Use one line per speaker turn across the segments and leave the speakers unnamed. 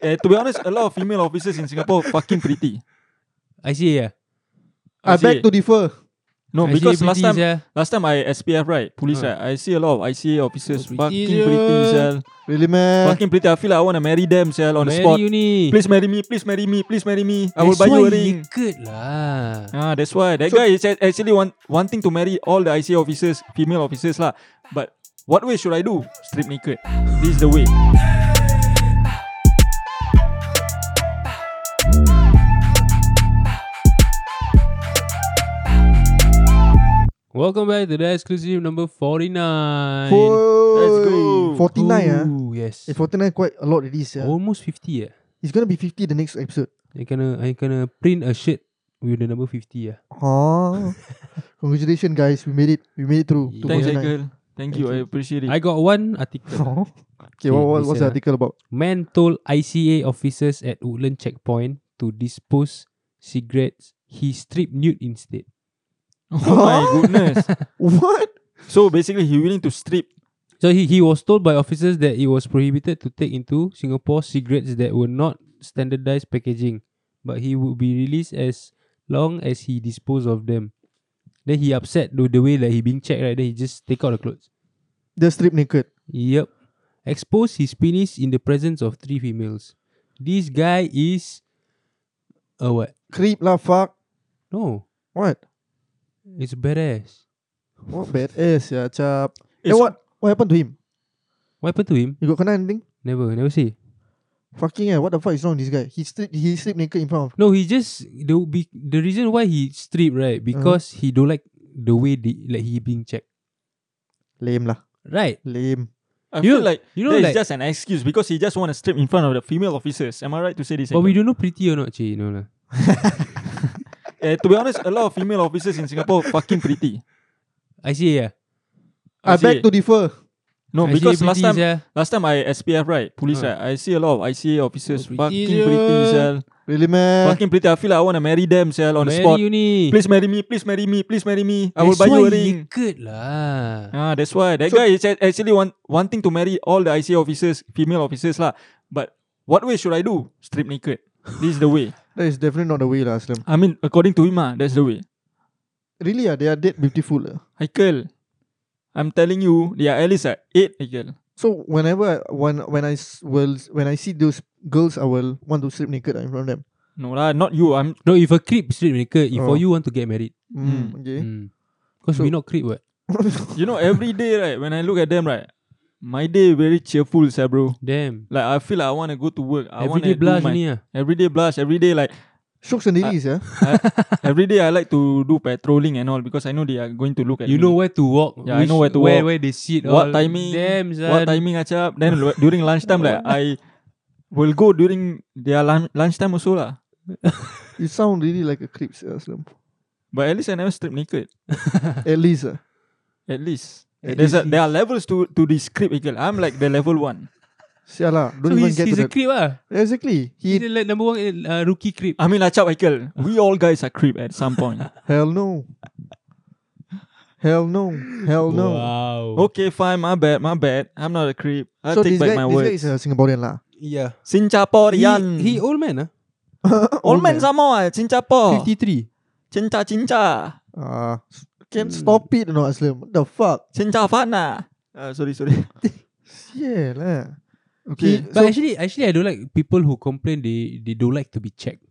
Eh, to be honest, a lot of female officers in Singapore fucking pretty.
ICA ya?
I beg to differ.
No,
ICA
because last
pretty
time
sia.
last time I SPF right, police
Huh.
right, I see a lot of ICA officers
So
fucking
pretty
pretty,
sia.
sel.
Really, man?
Fucking pretty. I feel like I want to marry them, sel, on the
Marry
spot.
you ni.
Please marry me, please marry me, please marry me. I will buy you a ring.
Ikut lah.
Ah, that's why that
So-
guy is a- actually want wanting to marry all the ICA officers, female officers lah. But what way should I do? Strip naked. This is the way.
Welcome back to the exclusive number 49.
Let's
Let's
go.
49 ah.
Ooh, Yes.
Eh, 49 quite a lot already, yeah.
Oh.
Almost 50 yeah.
It's gonna be 50 the next episode.
I gonna I gonna print a shirt with the number 50 yeah.
Huh. Congratulations, guys. We made it. We made it through. to
Thanks,
49.
Michael. Thank you. I appreciate it.
I got one article.
Oh. Okay, what, what,
listen
what's the
ah.
article about?
Man told ICA officers at Woodland checkpoint to dispose cigarettes. He stripped nude instead.
oh my goodness.
What?
So basically, he willing to strip.
So he, he was told by officers that it was prohibited to take into Singapore cigarettes that were not standardized packaging, but he would be released as long as he disposed of them. Then he upset the, the way that he being checked, right? Then he just take out the clothes.
Just strip naked.
Yep. Exposed his penis in the presence of three females. This guy is a what?
Creep lah, fuck.
No.
What?
It's badass.
What badass, yeah, chap. Eh,
It's-
what? What happened to him?
What happened to him?
You got kena anything?
Never, never say.
Fucking yeah, what the fuck is wrong with this guy? He strip, he strip naked in front of.
No, he just the be, the reason why he stripped right
Uh-huh.
because he don't like the way the, like he being checked.
Lame lah.
Right.
Lame.
I
You-
feel like
You
that is
know like
just an excuse because he just want to strip in front of the female officers. Am I right to say this?
but we
Ekman?
don't know pretty or not, Che, you know lah.
Eh, to be honest, a lot of female officers in Singapore fucking pretty.
I see yeah.
I,
see.
beg to differ.
No,
I
because
see
last time
pretty, yeah.
last time I SPF right, police
Huh.
right, I see a lot of ICA officers
Oh,
fucking
pretty
pretty,
sia.
sel.
Really, man?
Fucking pretty. I feel like I want to marry them, sel, on the
Marry
spot.
you ni.
Please marry me, please marry me, please marry me. I will buy you a ring.
Good lah.
Ah, that's why that
So-
guy is a- actually want wanting to marry all the ICA officers, female officers lah. But what way should I do? Strip naked. This is the way.
That is definitely not the way lah, Aslam.
I mean, according to him, ah, that's the way.
Really, ah, they are dead beautiful. lah.
Haikal, I'm telling you, they are at least at eight, Haikal.
So whenever I, when when I s- will when I see those girls, I will want to strip naked ah, in front of them.
No lah, not you. I'm
No, if a creep strip naked, if
Oh.
for you want to get married. Hmm.
Mm,
Mm.
Okay.
Because
So-
we not creep what? Hmm.
you know, every day, right, when I look at them, right, my day very cheerful, sir, bro.
Damn.
Like I feel like I want to go to work. I want to
Everyday
do
blush
my
ni ah.
everyday blush. Every day, like
Syok sendiri ya.
every day, I like to do patrolling and all because I know they are going to look at
You
me.
know where to walk.
Yeah, I know where to
where,
walk.
Where they sit.
What
all.
timing,
Damn, son.
what timing acap. Then lu- during lunchtime, like I will go during their lunch lunchtime also lah.
You sound really like a creep, sia, Aslam.
But at least I never strip naked.
At least, ah.
At least.
At
There's a,
least
there are levels to to this script, Ikel. I'm like the level one.
Sia lah. Don't
So
even
he's,
get
he's a
to that.
creep ah.
Exactly.
He's the
He
like, number one uh, rookie creep.
I mean, acap, Ikel. We all guys are creep at some point.
hell no. Hell no.
Oh,
Hell no.
Wow.
okay, fine. My bad. My bad. I'm not a creep. I
so
take
this
back
guy,
my
this guy
words.
is a Singaporean lah.
Yeah.
Singaporean.
He, he old man ah.
Old man some more eh,
Oh.
Singapore.
53.
Cinta cinta.
Ah, s- can
Hmm.
stop it, no Aslam. What the fuck?
Cinta fana. Uh, sorry, sorry.
Yeah lah.
Okay.
eh. He-
But
so-
actually, actually, I don't like people who complain they they don't like to be checked.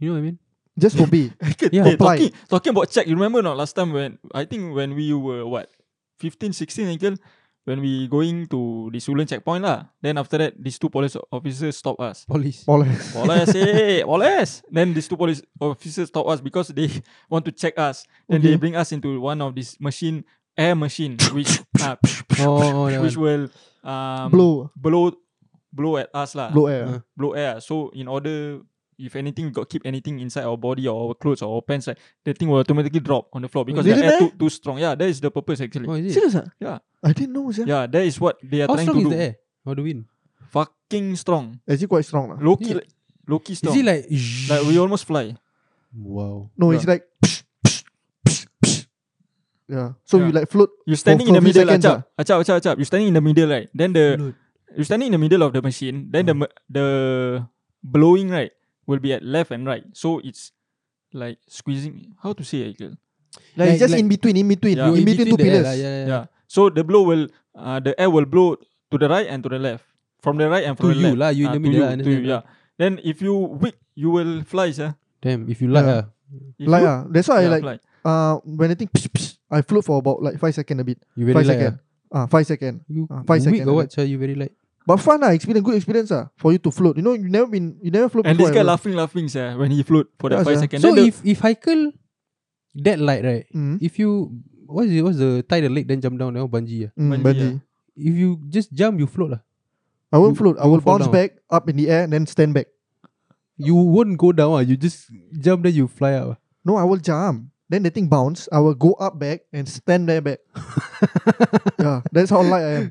You know what I mean?
Just obey.
Yeah.
Hey,
Apply.
talking, talking about check, you remember not last time when I think when we were what 15, 16 again, when we going to the Sulan checkpoint lah. Then after that, these two police officers stop us.
Police.
Police.
Police, hey, police. Then these two police officers stop us because they want to check us. Then they
Okay.
bring us into one of this machine, air machine, which uh,
Oh, oh, that
which will
one.
um,
Blow.
blow blow at us
um,
lah.
uh,
Blow air.
blow air. So in order, if anything, we got keep anything inside our body or our clothes or our pants, right, the thing will automatically drop on the floor because
Really
the air
meh?
too, too strong. Yeah, that is the purpose actually.
Oh, is it?
Serious ah?
Yeah.
I didn't know, sia.
Yeah, that is what they are
How
trying
strong
to
is
do.
the air? Or the wind?
Fucking strong.
Actually quite strong lah.
Loki,
Yeah.
Loki strong.
Is it like?
like we almost fly.
Wow.
No, it's like. yeah. So
Yeah.
you like float.
You're standing
for
in the
few
middle,
seconds
Hmm.
acap, acap, acap, acap. You're standing in the middle, right? Then the you're standing in the middle of the machine, then the
Mm.
ma- the blowing right will be at left and right. So it's like squeezing. How to say it? girl?
Like,
Like-
it's just
like-
in between, in between,
Yeah.
in
In
between two
the air
pillars.
lah, yeah, yeah,
Yeah. So the blow will uh, the air will blow to the right and to the left. From the right and
To
from the
you
left.
lah, you in
Ah,
the
to
middle lah,
you, to
understand,
you, yeah. Then if you weak, you will fly, sir.
Damn, if you like, uh,
Yeah.
yeah.
If
Like
you-
ah, that's why I
yeah,
like
fly.
uh when I think psh, psh, I float for about like five second a bit.
you very
five
like. uh,
second. Ah, five second.
You
Ah, five
weak
second
or
like
what? Sir, you very like.
But fun ah, experience, good experience ah for you to float. You know, you never been, you never float.
And this guy
before, ever.
laughing, laughing, sir, when he float for that
Yeah,
five
sia.
seconds.
so
Then the-
if if Haikal that light right,
Hmm?
Mm.
if you what's it, what's the tie the leg then jump down now bungee ah.
Mm,
Bungee,
bungee.
If you just jump, you float lah.
I won't
You-
float. I
you
will
fall
bounce
down.
back up in the air and then stand back.
You won't go down ah. You just jump then you fly out. ah.
No, I will jump. Then the thing bounce. I will go up back and stand there back. yeah, that's how light I am.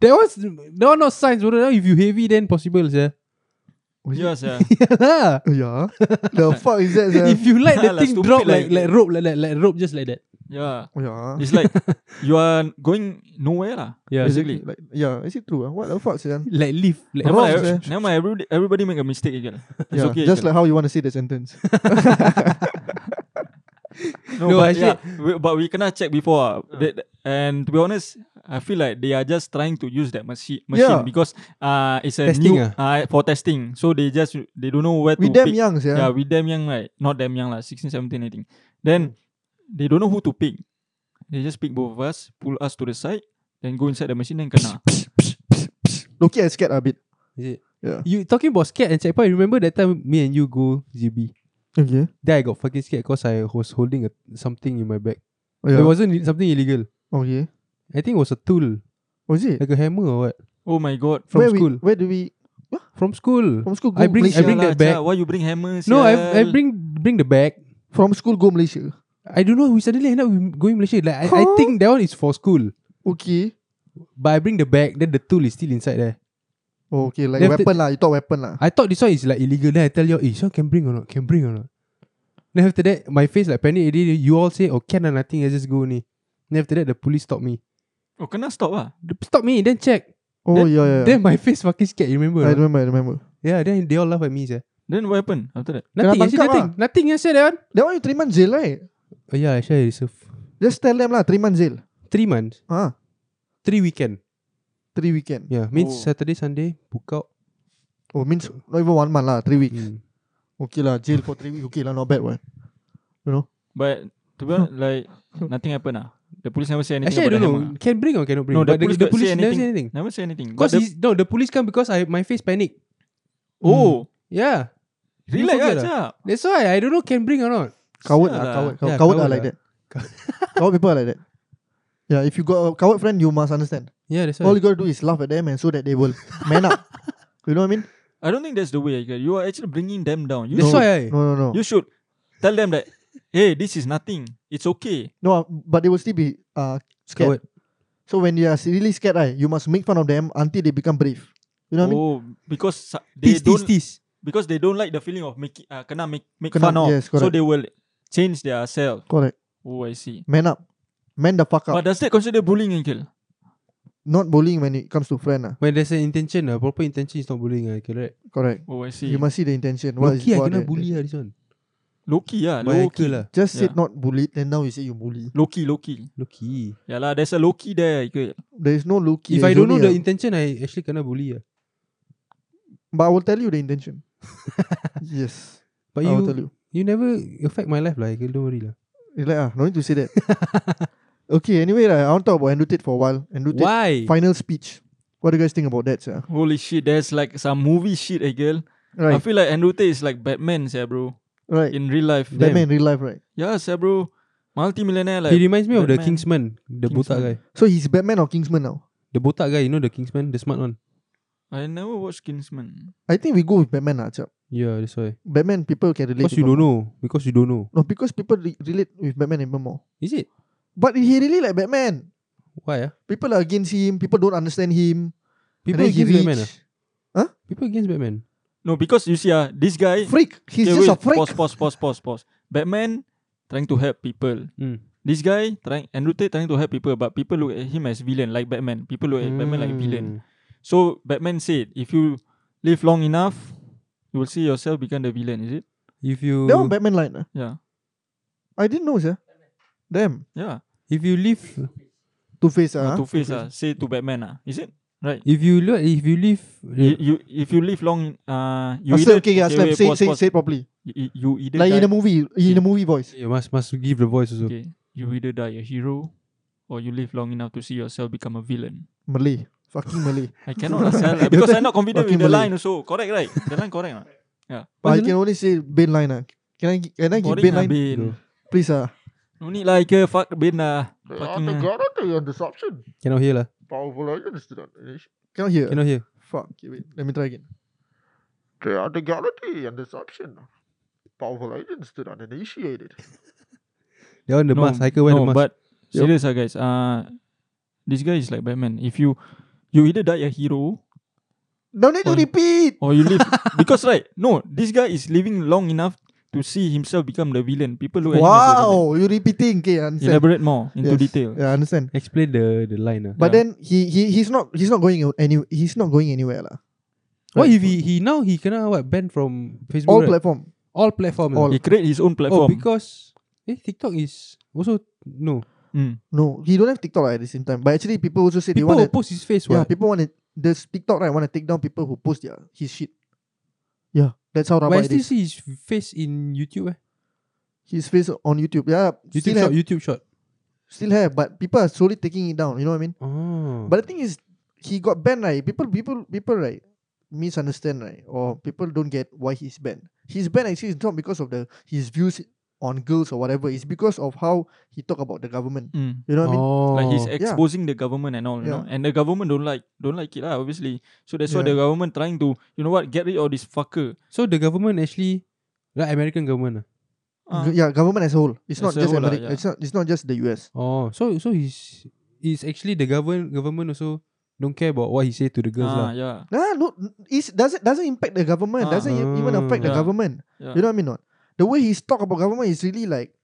That was that one not science, bro. That one If you heavy, then possible, sir.
Was it?
yeah, sir.
yeah lah.
Yeah. the fuck is that?
if
Sia?
you like the
Lah,
thing
stupid
drop
lah
like
you.
like rope like that, like rope just like that.
Yeah.
yeah.
It's like you are going nowhere lah.
Yeah.
Basically.
Like, yeah, is it true? ah? What the fuck, sia?
Like leaf. Like
Never mind,
Wrong, sir.
eh?
every- never mind, everybody, everybody make a mistake again. It's
yeah,
okay.
just
Iqbal.
lah.
like how you want to say the sentence.
no,
No,
but,
actually-
yeah, we, but we cannot check before. ah. That- and to be honest, I feel like they are just trying to use that machi- machine
Yeah.
because uh, it's a
Testing
new uh,
ah.
for testing. So they just they don't know where
we
to
damn
pick.
young, sia.
Yeah, we damn young, right? Not damn young, like 16, 17, 18.
Mm.
Then they don't know who to pick. They just pick both of us, pull us to the side, then go inside the machine and kena.
Loki, I scared a bit.
Is it?
Yeah.
You talking about scared and checkpoint? Remember that time me and you go GB?
Okay.
Then I got fucking scared because I was holding a, something in my bag. It
Yeah.
wasn't i- something illegal.
Okay.
I think it was a tool,
Oh, Was it?
like a hammer or what.
oh my god.
From
where
school.
We, where do we?
From school.
From school go
I bring- I
Malaysia.
bring-
Sial
that
lah,
back.
Cia, Why you bring hammers?
no, I I bring bring the bag.
From school go Malaysia.
I don't know. We suddenly end up with going Malaysia. Like I, I
Huh?
think that one is for school.
Okay.
But I bring the bag, then the tool is still inside there.
Oh, okay, like
Then after-
weapon lah. You thought weapon lah.
I thought this one is like illegal. Then I tell you, eh, this one can bring or not? Can bring or not? Then after that, my face like panic already. You all say, oh, can and nothing. I just go ni. Then after that, the police stop me.
Oh, kena stop lah.
They Stop me, then check.
Oh yeah, yeah. yeah.
Then my face fucking scared, you remember? or
I
not?
remember. I remember.
yeah, then they all laugh at me. Sir.
Then what happened after that?
Nothing, actually,
tangkap
nothing.
lah.
Nothing, yeah, sir, that one.
That one you three months jail, right?
Oh, yeah, actually, I reserve
Just tell them lah three months jail.
three months,
Ah,
three weekend.
three weekend.
Yeah, means
Oh.
Saturday, Sunday, book out.
Oh, means not even one month lah. Three weeks.
Hmm.
Mm.
Okay lah, jail for three weeks. Okay lah, not bad one. You know.
But to be honest, like nothing happened ah. The police never say anything.
Actually, I
about
don't
the
know.
hammer.
Can bring or cannot bring?
No, the
But
police
the
don't say
police never say
anything.
anything.
Never say anything. But
Because
the,
he's- no, the police come because I my face panic.
oh,
Yeah, Hmm. You
relax
forget
lah,
ah.
Cia.
that's why I don't know can bring or not.
Sia
Coward lah,
lah.
coward,
Yeah,
coward, coward
coward
are like
lah.
that. coward people are like that. Yeah, if you got a coward friend, you must understand.
Yeah, that's
All
why.
you gotta do is laugh at them and so that they will man up. You know what I mean?
I don't think that's the way. Cia. You are actually bringing them down. You
That's
should,
why I.
No, no, no.
you should tell them that, hey, this is nothing. It's okay.
No, but they will still be uh, scared.
Coward.
So when they are really scared, right, you must make fun of them until they become brave. You know what I mean?
oh, because sa- they
Tease,
don't
tease, tease.
because they don't like the feeling of making uh, kena make make
Kena-
fun of.
yes,
so
correct.
they will change their self.
Correct.
Oh, I see.
Man up. Man the fuck up.
But does that consider bullying, Uncle?
Not bullying when it comes to friend. Ah,
When there's an intention, uh, proper intention is not bullying, uh, correct?
Correct.
Oh, I see.
You must see the intention. What is
Loki, I
what
cannot
the-
bully uh, this one.
Loki, yeah,
By
Loki,
Haikal lah.
Just said
Yeah.
not bullied, then now you say you bully.
Loki, Loki.
Loki.
Yeah lah, there's a Loki there. Uncle.
There is no Loki.
If
there
I
is
don't know
only
the
a-
intention, I actually cannot bully. Uh.
but I will tell you the intention. yes,
But
I will
you
tell you.
you never affect my life, like don't worry lah.
It's like ah, no need to say that. okay. Anyway, right, I want to talk about Andrew Tate for a while. Andrew Tate
Why?
final speech. What do you guys think about that, sir?
Holy shit, there's like some movie shit, Uncle. I
Right,
feel like Andrew Tate is like Batman, sir, bro.
right.
In real life.
Damn.
Batman in real life, right?
Yeah, sir, bro. Multi-millionaire,
he
like.
reminds me of the
Batman.
Kingsman, the botak
Kingsman.
guy,
So he's Batman or Kingsman now?
the botak guy. You know the Kingsman, the smart one.
I never watched Kingsman.
I think we go with Batman, ah, chap.
Yeah, that's why.
Batman people can relate.
Because you
even
don't know. Because you don't know.
more. No, because people re- relate with Batman even more.
Is it?
But he really like Batman.
Why? Uh?
People are against him. People don't understand him.
People
and then he
against
rich.
Batman. ah? People against Batman.
No, because you see, ah, this guy.
Freak. He's
Okay,
just a
wait,
freak.
Pause, pause, pause, pause, pause. Batman trying to help people.
Mm.
This
Hmm.
guy trying Andrew Tate trying to help people, but people look at him as villain, like Batman. People look at Batman like villain.
Mm.
So Batman said, if you live long enough, you will see yourself become the villain. Is it?
If you
That one Batman line. ah.
Yeah.
I didn't know, yeah. Damn.
Yeah.
if you live
Two face.
Uh,
Ah.
Two Face ah, say to Batman ah, is it? Right.
if you look if you live
You, you if you live long uh you
You Aslam,
either
okay, yeah, Aslam,
wait,
say,
pause,
say,
pause.
say it properly.
You, you either
Like in
die,
a movie, in a movie voice.
you must must give the voice also.
okay, you either die a hero or you live long enough to see yourself become a villain.
Malay. Fucking Malay.
I cannot answer lah, because I'm not confident
Fucking
with the
Malay.
line also. Correct right? The line correct ah.
But I
What's the
can only say Bane line. Ah. Can I, gi- can I give
Boring
Bane
lah
line?
Bin.
Please. Ah.
No need lah Ike, fuck Bin lah. Fucking ah.
Authority and disruption.
Cannot hear lah.
Powerful agents to that nation.
Cannot hear.
Cannot hear.
Fuck. Okay, wait. Let me try again.
They are the gravity and disruption. Powerful agents to that initiated.
That one the
no,
mask. Hiker wear
no,
the mask.
but
Yup.
serious ah guys. Uh this guy is like Batman. If you you either die a hero
Don't need to
Oh.
repeat.
or you live because right no this guy is living long enough to see himself become the villain people look at him as the villain.
Wow. You repeating. Okay, I understand.
elaborate more into
Yes.
detail
Yeah, I understand.
Explain the the line ah.
But
Yeah.
then he, he he's not he's not going any he's not going anywhere lah.
What
Right.
if he he now he kena what banned from Facebook?
All
right?
platform.
all platforms.
All.
he create his own
Oh,
platform
because eh TikTok is also no.
Mm.
No, he don't have TikTok lah at the same time. But actually, people also say they
People
want
will
to.
post his face.
Yeah,
What?
people want to. This TikTok right want to take down people who post their his shit. Yeah, that's how
but I
rabak it
still
is.
see his face in YouTube. Eh?
His face on YouTube. Yeah,
YouTube
still
shot.
have,
YouTube shot.
still have, but people are slowly taking it down. You know what I mean?
Oh.
But the thing is, he got banned, right? People, people, people, right? Misunderstand, right? Or people don't get why he's banned. He's banned actually is not because of the his views on girls or whatever. It's because of how he talk about the government.
Mm.
You know what I mean?
oh.
like he's exposing the government and all you
Yeah.
know and the government don't like don't like it lah, obviously so that's why
Yeah.
the government trying to you know what get rid of this fucker
so the government actually, the American government.
Ah,
G- yeah, government as a whole. It's not
As a
just
whole lah,
America.
yeah.
It's not. It's not just the US.
ah. Oh, so so he's he's actually the govern government also don't care about what he say to the girls
ah,
uh,
lah.
yeah
Nah, no, it doesn't doesn't impact the government.
Ah.
doesn't e- even affect the
Yeah.
government.
Yeah.
You know what I mean? Not the way he's talk about government is really like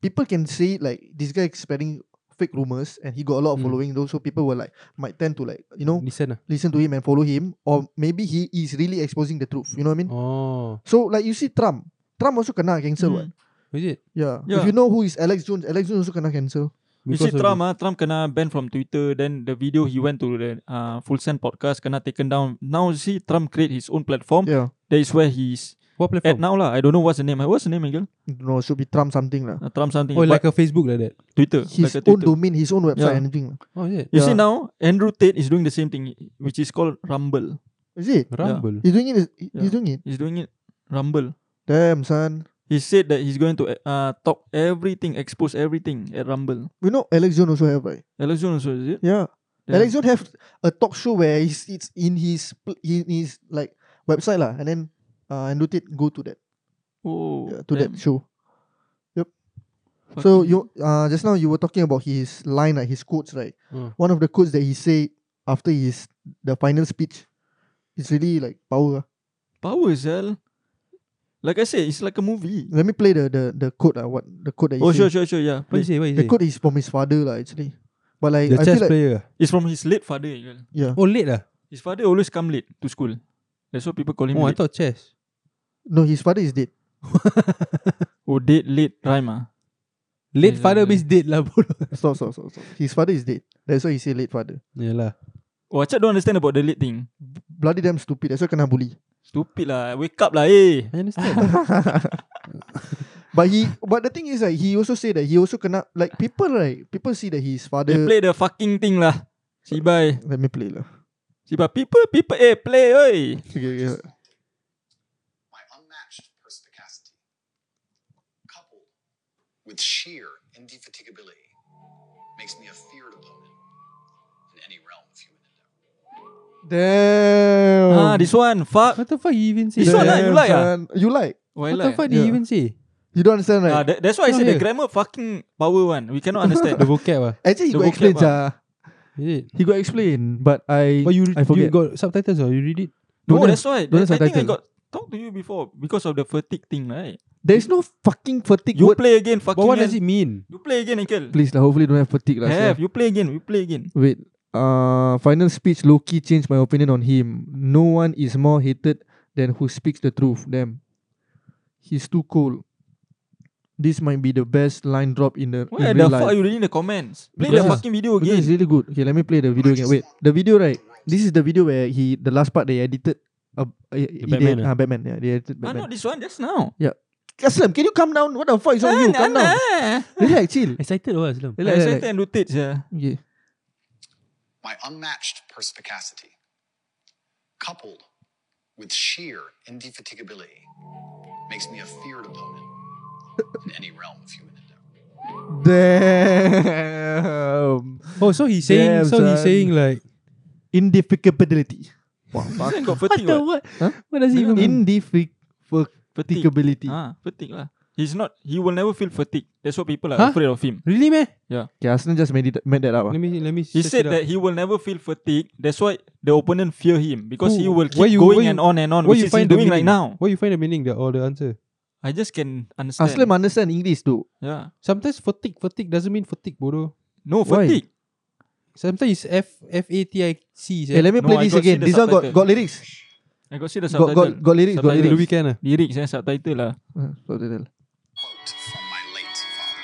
people can say it like this guy spreading fake rumors and he got a lot of
Mm.
following. Those so people were like might tend to like you know
Listen ah.
listen to him and follow him, or maybe he is really exposing the truth. You know what I mean?
Oh,
So like you see Trump, Trump also kena cancel.
Mm.
What?
is it?
Yeah.
Yeah.
If you know who is Alex Jones, Alex Jones also kena cancel.
You see Trump ah, Trump kena ban from Twitter. Then the video
Mm-hmm.
he went to the uh, Full Send podcast kena taken down. Now you see Trump create his own platform.
Yeah. Oh.
That is where he's
what
at
platform?
now lah. I don't know what's the name. What's the name again?
No, should be Trump something lah.
Uh, Trump something.
Oh,
but
like a Facebook like that.
Twitter.
His
like a
own
Twitter.
domain, his own website,
Yeah.
anything. lah.
Oh, is it?
You see
Yeah.
now Andrew Tate is doing the same thing, which is called Rumble.
Is it?
Rumble.
He's doing it. He's
Yeah.
doing it.
He's doing it Rumble.
Damn son.
He said that he's going to uh, talk everything, expose everything at Rumble.
We know Alex Jones also have right.
Alex Jones also, is it?
Yeah.
Yeah.
Alex Jones have a talk show where he's, it's in his pl- in his like website lah, and then uh, Andrew Tate go to that
Oh,
yeah, to
damn,
that show. So
fucking-
you uh just now you were talking about his line, like his quotes, right?
Hmm.
Mm.
One of the quotes that he said after his the final speech, it's really like power. ah.
power cell. Like I said, it's like a movie.
Let me play the the the quote. Uh, what the quote that he
Oh sure,
said.
sure, sure. Yeah,
What you
please.
say? What you
The
say?
quote is from his father, lah. Actually, but like
The
I
chess
feel like
player.
It's from his late father. you know.
yeah,
Oh, late ah.
His father always come late to school. That's why people call him.
Oh, I
late.
thought chess.
no, his father is dead.
oh date late rhyme ah.
Late
Yeah,
father
yeah.
means dead lah, bro.
Stop, stop, stop, stop. His father is dead. That's why he say late father.
yeah lah.
Oh, Acap don't understand about the late thing.
Bloody damn stupid. That's why kena bully.
Stupid lah. Wake up lah, eh.
I understand.
But he, but the thing is, like, he also say that he also kena like people, right? People see that his
They
father.
play the fucking thing lah. Sibai.
Let me play lah.
Sibai. People, people, eh, play, oi.
Okay, okay, okay.
my unmatched perspicacity, coupled with sheer indefatigability, makes me a feared opponent in any realm of human endeavor.
Damn.
ah, this one. Fuck.
Oh. what the fuck he even say?
This one lah, you like ah?
son. You like.
Why
What the
lah?
fuck did he
Yeah.
even say?
You don't understand, right?
Ah, that, that's why I
No,
said the
yeah.
grammar fucking power one. We cannot understand.
The vocab ah.
Actually,
the
he got
vocab
explain,
ah.
ja.
Is it?
He got explain, but I.
But you, you
I forget.
got subtitles or you read it?
no,
don't
that's why.
don't
That, I
have
think I
subtitle.
got talked to you before because of the fatigue thing, right?
There's no fucking fatigue
You
word.
play again, fucking.
But what
hell.
does it mean?
You play again, Ikel.
Please lah. Hopefully, don't have fatigue lah.
Have
sia.
you play again? You play again.
Wait. uh, final speech, Loki changed my opinion on him. No one is more hated than who speaks the truth. Damn. He's too cold. This might be the best line drop in the
Why
in
the
real
fuck
life.
are you reading the comments? Play
Because
the
it's-
fucking video
Because
again.
it's really good. Okay, let me play the video again. Wait, the video right? This is the video where he the last part they edited. Uh, the
Batman,
Did,
ah?
uh, Batman. Yeah, they edited
Ah, not
Batman.
this one just now. Kan,
Aslam, can you calm down? What the fuck is wrong with you? Calm down. Relax, chill.
Excited or what, Aslam?
Relax,
Relax,
excited eh? and rotate yeah.
Yeah.
my unmatched perspicacity, coupled with sheer indefatigability, makes me a feared opponent in any realm of human endeavor.
Damn.
Oh, so he's saying,
Damn,
so he's
son.
saying like,
Indefectibility. Wow,
This
fuck.
one got fatigue. what?
what?
Huh?
What does he even mean?
Indefectibility.
Fatigue. Ah, fatigue lah. He's not. He will never feel fatigue. That's what people are
Huh?
afraid of him.
Really, man?
Okay, Aslan just made, it, made that up. ah.
Let me let me.
He
search
said
it up.
that he will never feel fatigue. That's why the opponent fear him because he
Who-
will
where
keep
you-
going
where
and
you-
on and on,
What
which is
you
he
find the
doing
meaning?
right now.
What you find the meaning the, or the answer?
I just can understand.
Aslam understand English too.
yeah.
Sometimes fatigue, fatigue doesn't mean fatigue, bodoh.
No
Why?
fatigue.
Sometimes it's F F A T I C.
Hey, let me
No,
play
I
this
got see
again.
the
This one got,
subtitle.
got lyrics.
I got see the
Got,
subtitle.
got, got lyrics. Got
Subtitle.
the
lyrics.
weekend. ah.
Lyrics and subtitle lah.
Uh, got lyrics.
Quote from my late father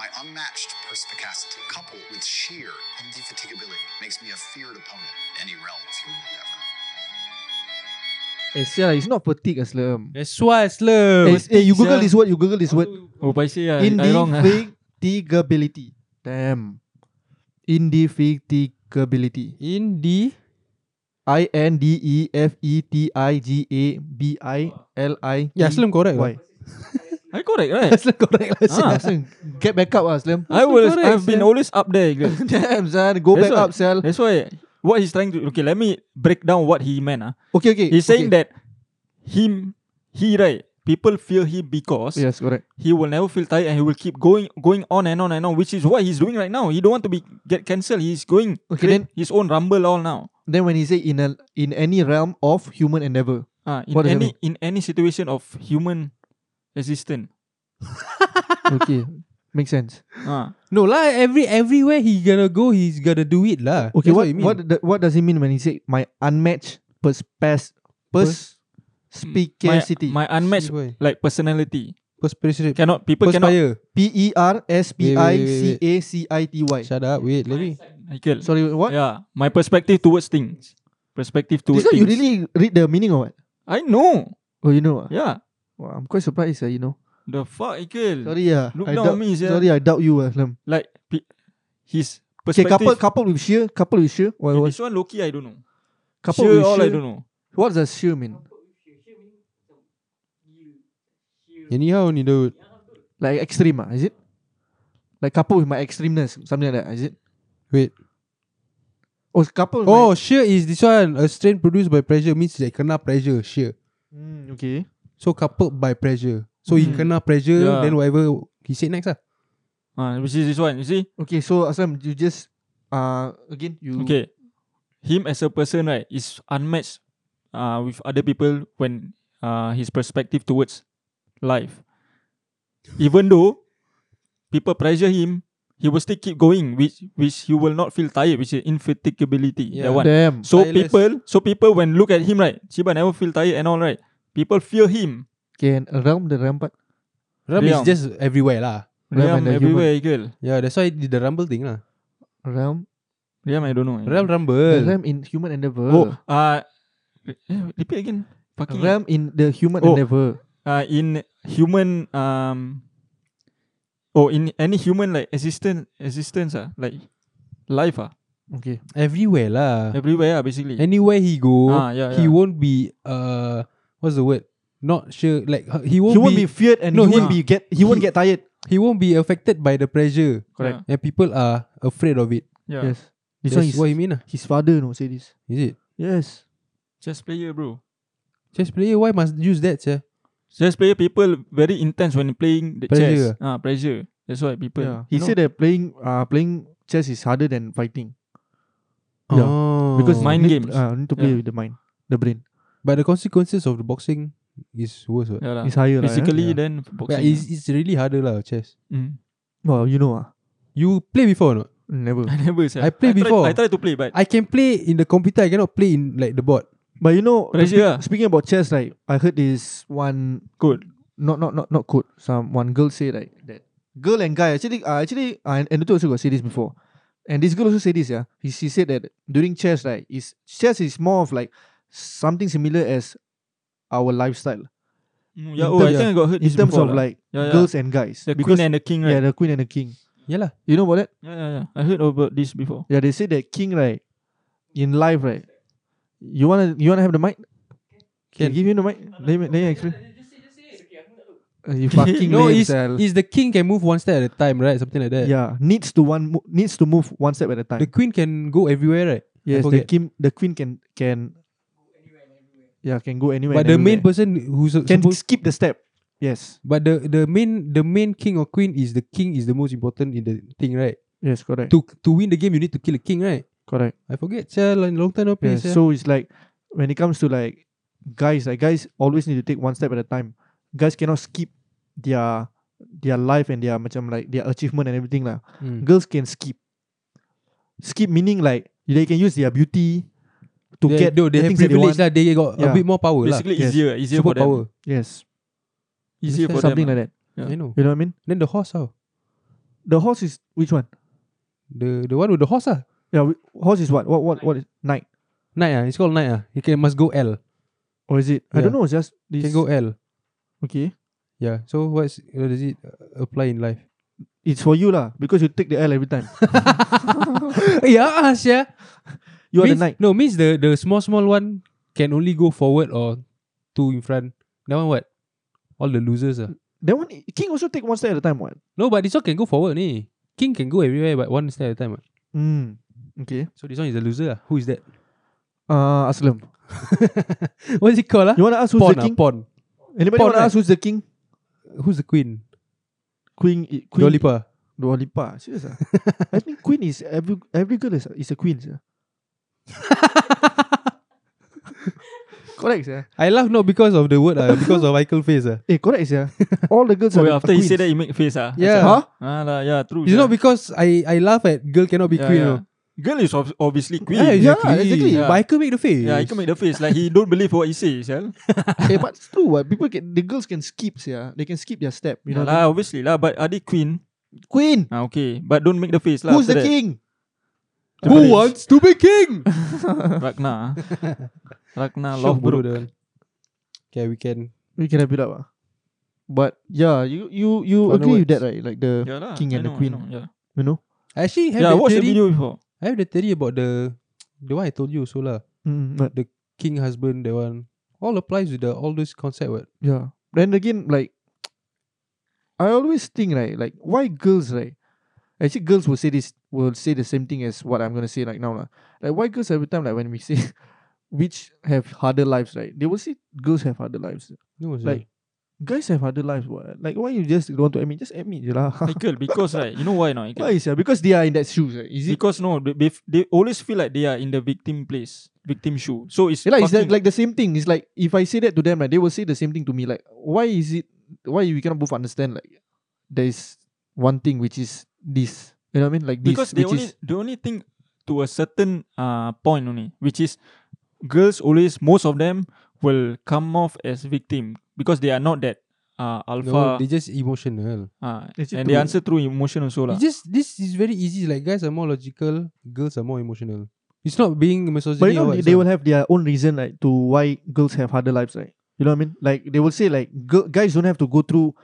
My unmatched perspicacity, coupled with sheer indefatigability, makes me a feared opponent in any realm of human endeavor.
Eh, sia lah, it's not fatigue, Aslam.
That's why Aslam.
Eh, eh, you Google
sia.
this word. You Google this word.
Oh, paiseh lah. I wrong ah. lah.
Indefatigability. Damn. Indefatigability.
In the
I N D E F E T I G A B I L I. E.
Yeah, Aslam correct
Why?
lah.
I correct right?
Aslam correct lah. sia.
Ah.
Aslam, get back up, Aslam.
I will.
correct,
I've been
sia.
always up there. guys.
Damn, son. Go
That's
back
why-
up, Sal.
That's why what he's trying to. Okay, let me break down what he meant. Ah,
Okay, okay.
he's saying
okay.
that him, he right. People fear him because
Yes, correct.
he will never feel tired and he will keep going, going on and on and on, which is what he's doing right now. He don't want to be get cancelled. He's going
Okay,
create
then-
his own rumble all now.
Then when he say in a in any realm of human endeavor,
Ah, in
What does that
any in any situation of human existence.
okay, makes sense.
Ah,
No lah. Every everywhere he gonna go, he's gonna do it lah.
Okay,
That's
what
you mean.
what the, what does he mean when he say my unmatched perspes pers spicacity?
my, my unmatched
Why?
like personality
Perspiration.
cannot people cannot.
Perspire.
P E R S
Wait,
P I C
wait, wait,
A C I T Y.
Shut up. Wait. Let me.
Michael.
Sorry, what?
Yeah, my perspective towards things. Perspective
This
towards
one
things.
you really read the meaning or what?
I know.
Oh, you know. ah?
Yeah.
Wow, I'm quite surprised. Uh, you know.
The fuck, Michael.
Sorry, yeah.
Look
I
down
doubt,
on me, sia.
Sorry, I doubt you, Aslam.
Like pe- his
Okay,
perspective.
couple couple with sheer, couple with sheer. What,
Eh,
what,
this one Loki, I don't know.
couple
Sure,
with
all I
sheer.
don't know.
What does sheer mean?
Anyhow, ni do.
Like extreme, ah, is it? Like couple with my extremeness, something like that, is it?
Wait.
Oh, it's couple. with
Oh,
my-
shear is this one. A strain produced by pressure means that kena pressure. Shear.
Mm, okay.
So coupled by pressure. So he
Hmm.
kena pressure.
Yeah.
Then whatever he said next lah.
Ah, which is this one. You see,
Okay, so Aslam, you just uh again you
okay, him as a person right is unmatched uh, with other people when uh, his perspective towards life. Even though people pressure him, he will still keep going, which which he will not feel tired, which is infatigability. That
Yeah.
one.
Damn.
So
Tireless.
people, so people when look at him right, Chiba never feel tired and all right. People fear him.
Okay, and around the rampart.
Ram is
Riam.
just everywhere lah.
Ram
Ram
and the
everywhere, girl.
Yeah, that's why the rumble thing lah.
Ram.
Ram, I don't know. eh.
Ram
The
rumble.
Hmm. ram in human endeavor.
Oh, uh, eh, repeat again. Fucking
Ram in the human
Oh.
endeavor.
uh, in human um oh in any human like existence existence ah like life ah
Okay.
Everywhere lah.
everywhere ah basically
Anywhere he go,
Ah, yeah, yeah.
he won't be uh what's the word? Not sure. Like uh, he
He
won't,
won't,
be,
be, feared and
No,
he
he-
won't be get he won't get tired.
he won't be affected by the pressure.
Correct.
And people are afraid of it.
yeah
Yes. This one
That's
is
what you mean lah.
his father no say this.
Is it?
Yes.
chess player bro
Chess player, why must use that? Sir?
chess player people very intense when playing the chess
Pressure.
ah pressure that's why people
Yeah. He
you know,
said that playing uh playing chess is harder than fighting. Yeah.
Oh.
Because
Mind
need,
games.
Uh, need to play
Yeah.
with the mind, the brain.
but the consequences of the boxing is worse. What?
yeah lah.
It's higher. Basically.
physically
Yeah.
then
But
boxing
it's, it's really harder lah chess.
ah. Mm.
Well, you know ah.
You play before or not?
Never.
I never. sia.
I play
tried-
before.
I tried to play, but
I can play in the computer. I cannot play in like the board.
But you know, the
Pressure
spe-
ah.
speaking about chess, right? I heard this one
good.
not not not not quote. Some one girl say right that girl and guy actually uh, actually uh, and Nato also got say this before, and this girl also said this yeah. He, she said that during chess right is chess is more of like something similar as our lifestyle
Mm, Yeah,
In
oh, I
terms-
think I got heard
in
this
terms
before
of
lah.
like
Yeah, yeah.
girls and guys.
the queen and the king,
yeah,
right?
the queen and the king.
Yeah lah.
You know about that?
Yeah, yeah, yeah. I heard about this before.
Yeah, they say that king right in life right. You wanna you wanna have the mic? Can I give you the mic? Let me let me explain. Uh, you fucking
no,
lame,
is
sia.
is the king can move one step at a time, right? Something like that.
yeah needs to one mo- needs to move one step at a time.
The queen can go everywhere, right?
Yes, the
forget.
king, the queen can can yeah can go anywhere.
but
and
the main
everywhere.
person who's
can
supposed,
skip the step. Yes,
but the the main the main king or queen is the king is the most important in the thing, right?
yes, correct,
To to win the game, you need to kill a king, right?
correct.
I forget. Sia, long, long time no play.
Yeah.
sia.
So it's like when it comes to like guys, like guys always need to take one step at a time. Guys cannot skip their their life and their macam like their achievement and everything lah.
Mm.
Girls can skip. Skip meaning like they can use their beauty to
they,
get
no, they
the
have
things that they
privilege
want.
lah. They got a
Yeah.
bit more power lah.
Basically,
Yes.
easier, easier for them.
Superpower.
Yes,
Easier for
something
them. lah.
like that.
Yeah.
I know.
You know what I mean?
Then the horse, how?
The horse is which one?
The the one with the horse, ah.
Yeah, wh- horse is what? What what what is knight?
Knight, ah. It's called knight, ah. You can must go L.
Or is it? I
Yeah.
don't know. It's just
You can
this.
go L.
Okay,
Yeah. So what's what does it uh, apply in life?
it's for you lah because you take the L every time.
yeah, ah, sia.
You are the
means,
knight.
No, means the the small small one can only go forward or two in front. That one what? All the losers ah.
That one i- king also take one step at a time. What?
No, but this one can go forward ni. King can go everywhere but one step at a time. ah.
Mm. Okay.
So this one is the loser ah. Who is that?
Uh, Aslam.
What's it called ah?
You wanna ask who's
Pawn
the
ah,
king?
pawn.
Anybody
pawn,
wanna
right?
ask who's the king?
Who's the queen?
Queen. i- queen
Dua Lipa.
Dua Lipa. Serious ah? I think queen is every every girl is, is a queen. Sir. correct, sir.
I laugh not because of the word ah, because of Michael face ah.
Eh, correct, sir. All the girls
Oh,
are
yeah,
are
after he
queens.
said that, he make face. Ah,
Yeah.
Huh? Ah, lah, yeah, true.
It's
sia.
not because I I laugh at girl cannot be
Yeah,
queen.
yeah.
you know.
Girl is ob- obviously queen.
Yeah, exactly.
Yeah.
Michael make the face.
Yeah, he can make the face like he don't believe what he says. Yeah,
eh, but it's true. What people can the girls can skip, sir. They can skip their step. You
yeah
know.
lah, obviously lah. But are they queen?
Queen.
Ah, okay. But don't make the face lah.
Who's the
after that.
king?
Who wants to be king?
Ragnar. Ragnar
Love bro
Lothbrok.
that one. Okay, we can.
We can wrap it up. ah. But yeah, you you you
Final
agree with
words.
that, right? Like the
Yeah lah,
king
I
and the
know, I
queen.
know, yeah,
you know.
I actually have
yeah. I
the
watched the
theory.
video before.
I have the theory about the the one I told you also lah.
Mm, but
King husband that one. All applies with the all this concept. What?
yeah. Then again, like I always think, right? Like why girls, right? Actually, girls will say this will say the same thing as what I'm gonna say right now, lah. Like why girls every time, like when we say which have harder lives, right? They will say girls have harder lives.
No, it's
Like- Guys have harder lives. What? Like why you just don't want to admit? Just admit, je lah.
Michael, because right, you know why not? Michael?
why is it? Because they are in that shoes, right? Is it?
Because no, they, they, they always feel like they are in the victim place, victim shoe. So it's
Yeah, lah, like, it's like,
fucking-
like the same thing. It's like if I say that to them, like, they will say the same thing to me. Like, why is it? Why we cannot both understand? Like, there is one thing which is this. You know what I mean? Like this,
because they
which
only
is
they only think to a certain uh, point only, which is girls always most of them will come off as victim because they are not that uh,
like,
alpha
no, they just emotional.
uh,
Is it
and they
true?
answer through emotion also lah.
It's just this is very easy. Like guys are more logical, girls are more emotional. It's not being misogyny.
But you
or
know,
what,
they,
it's
they
not-
will have their own reason like to why girls have harder lives, right? You know what I mean? Like they will say like girl, guys don't have to go through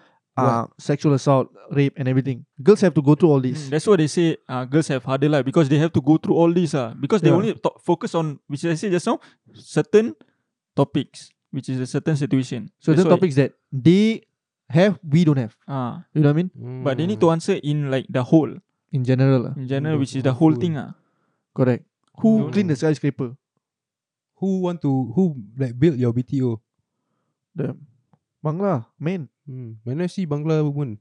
uh, sexual assault, rape, and everything. Girls have to go through all
Mm,
this.
That's why they say uh, girls have harder life because they have to go through all these uh, because they
Yeah.
only to- focus on which I said just now certain topics which is a certain situation.
so the
That's why-
topics that they have, we don't have.
ah,
You know what I mean?
Mm.
but they need to answer in like the whole
In general, lah.
in general,
the
which is the whole
whole.
thing ah.
correct. Who
Mm.
clean the skyscraper?
Who want to who like build your BTO?
Them. Bangla, man.
Hmm. When I see Bangla woman,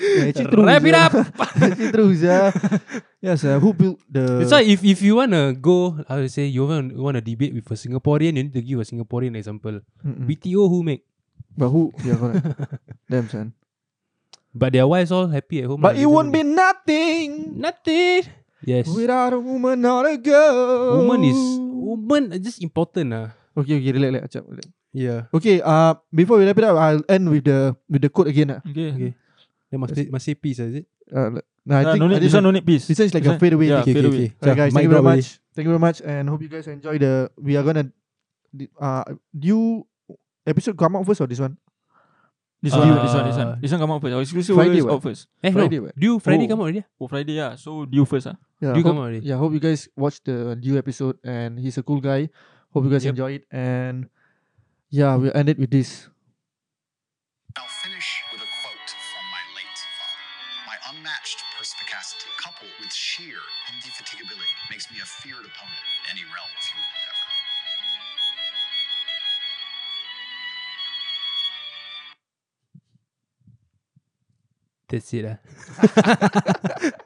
Yeah, actually true.
Wrap it
sia.
up.
actually true, sia. Yeah, sia. ya. uh, Who built the?
That's why if, if you wanna go, I would say you want wanna debate with a Singaporean, you need to give a Singaporean example.
Mm, Mm-mm.
BTO who make?
But who? Yeah, correct. Damn son.
But their wives all happy at home.
But
lah.
it won't be
Doesn't-
nothing
nothing. Yes.
without a woman or a girl.
Woman is woman is just important ah.
okay. Okay, relax, relax, Acap, relax.
Yeah.
Okay, uh, before we wrap it up, I'll end with the with the quote again. Uh.
Okay.
Okay. Then must say, must say peace, ah, is it?
Uh, no, I
Nah,
think
no need,
I think
this one no need peace.
this one is like
This
a fade away.
yeah,
thing.
fade away.
Ah, Alright, guys,
Mic
thank you very
drop already.
much. Thank you very much, and hope you guys enjoy the. We are gonna, uh, new episode come out first or this one?
This one,
Uh,
this one, this one. This one come out first. Our exclusive
Ah. Friday
Friday is
what?
out first.
Eh,
Friday,
no.
what?
Do you Friday
Oh.
come out already?
Oh, Friday, yeah. So due first ah.
Yeah,
Do you
hope,
come out already?
yeah. Hope you guys watch the new episode, and he's a cool guy. Hope you guys
Yep.
enjoy it, and yeah, we'll end it with this.
I'll finish with a quote from my late father. My unmatched perspicacity, coupled with sheer indefatigability, makes me a feared opponent in any realm of human endeavor.
That's it ah.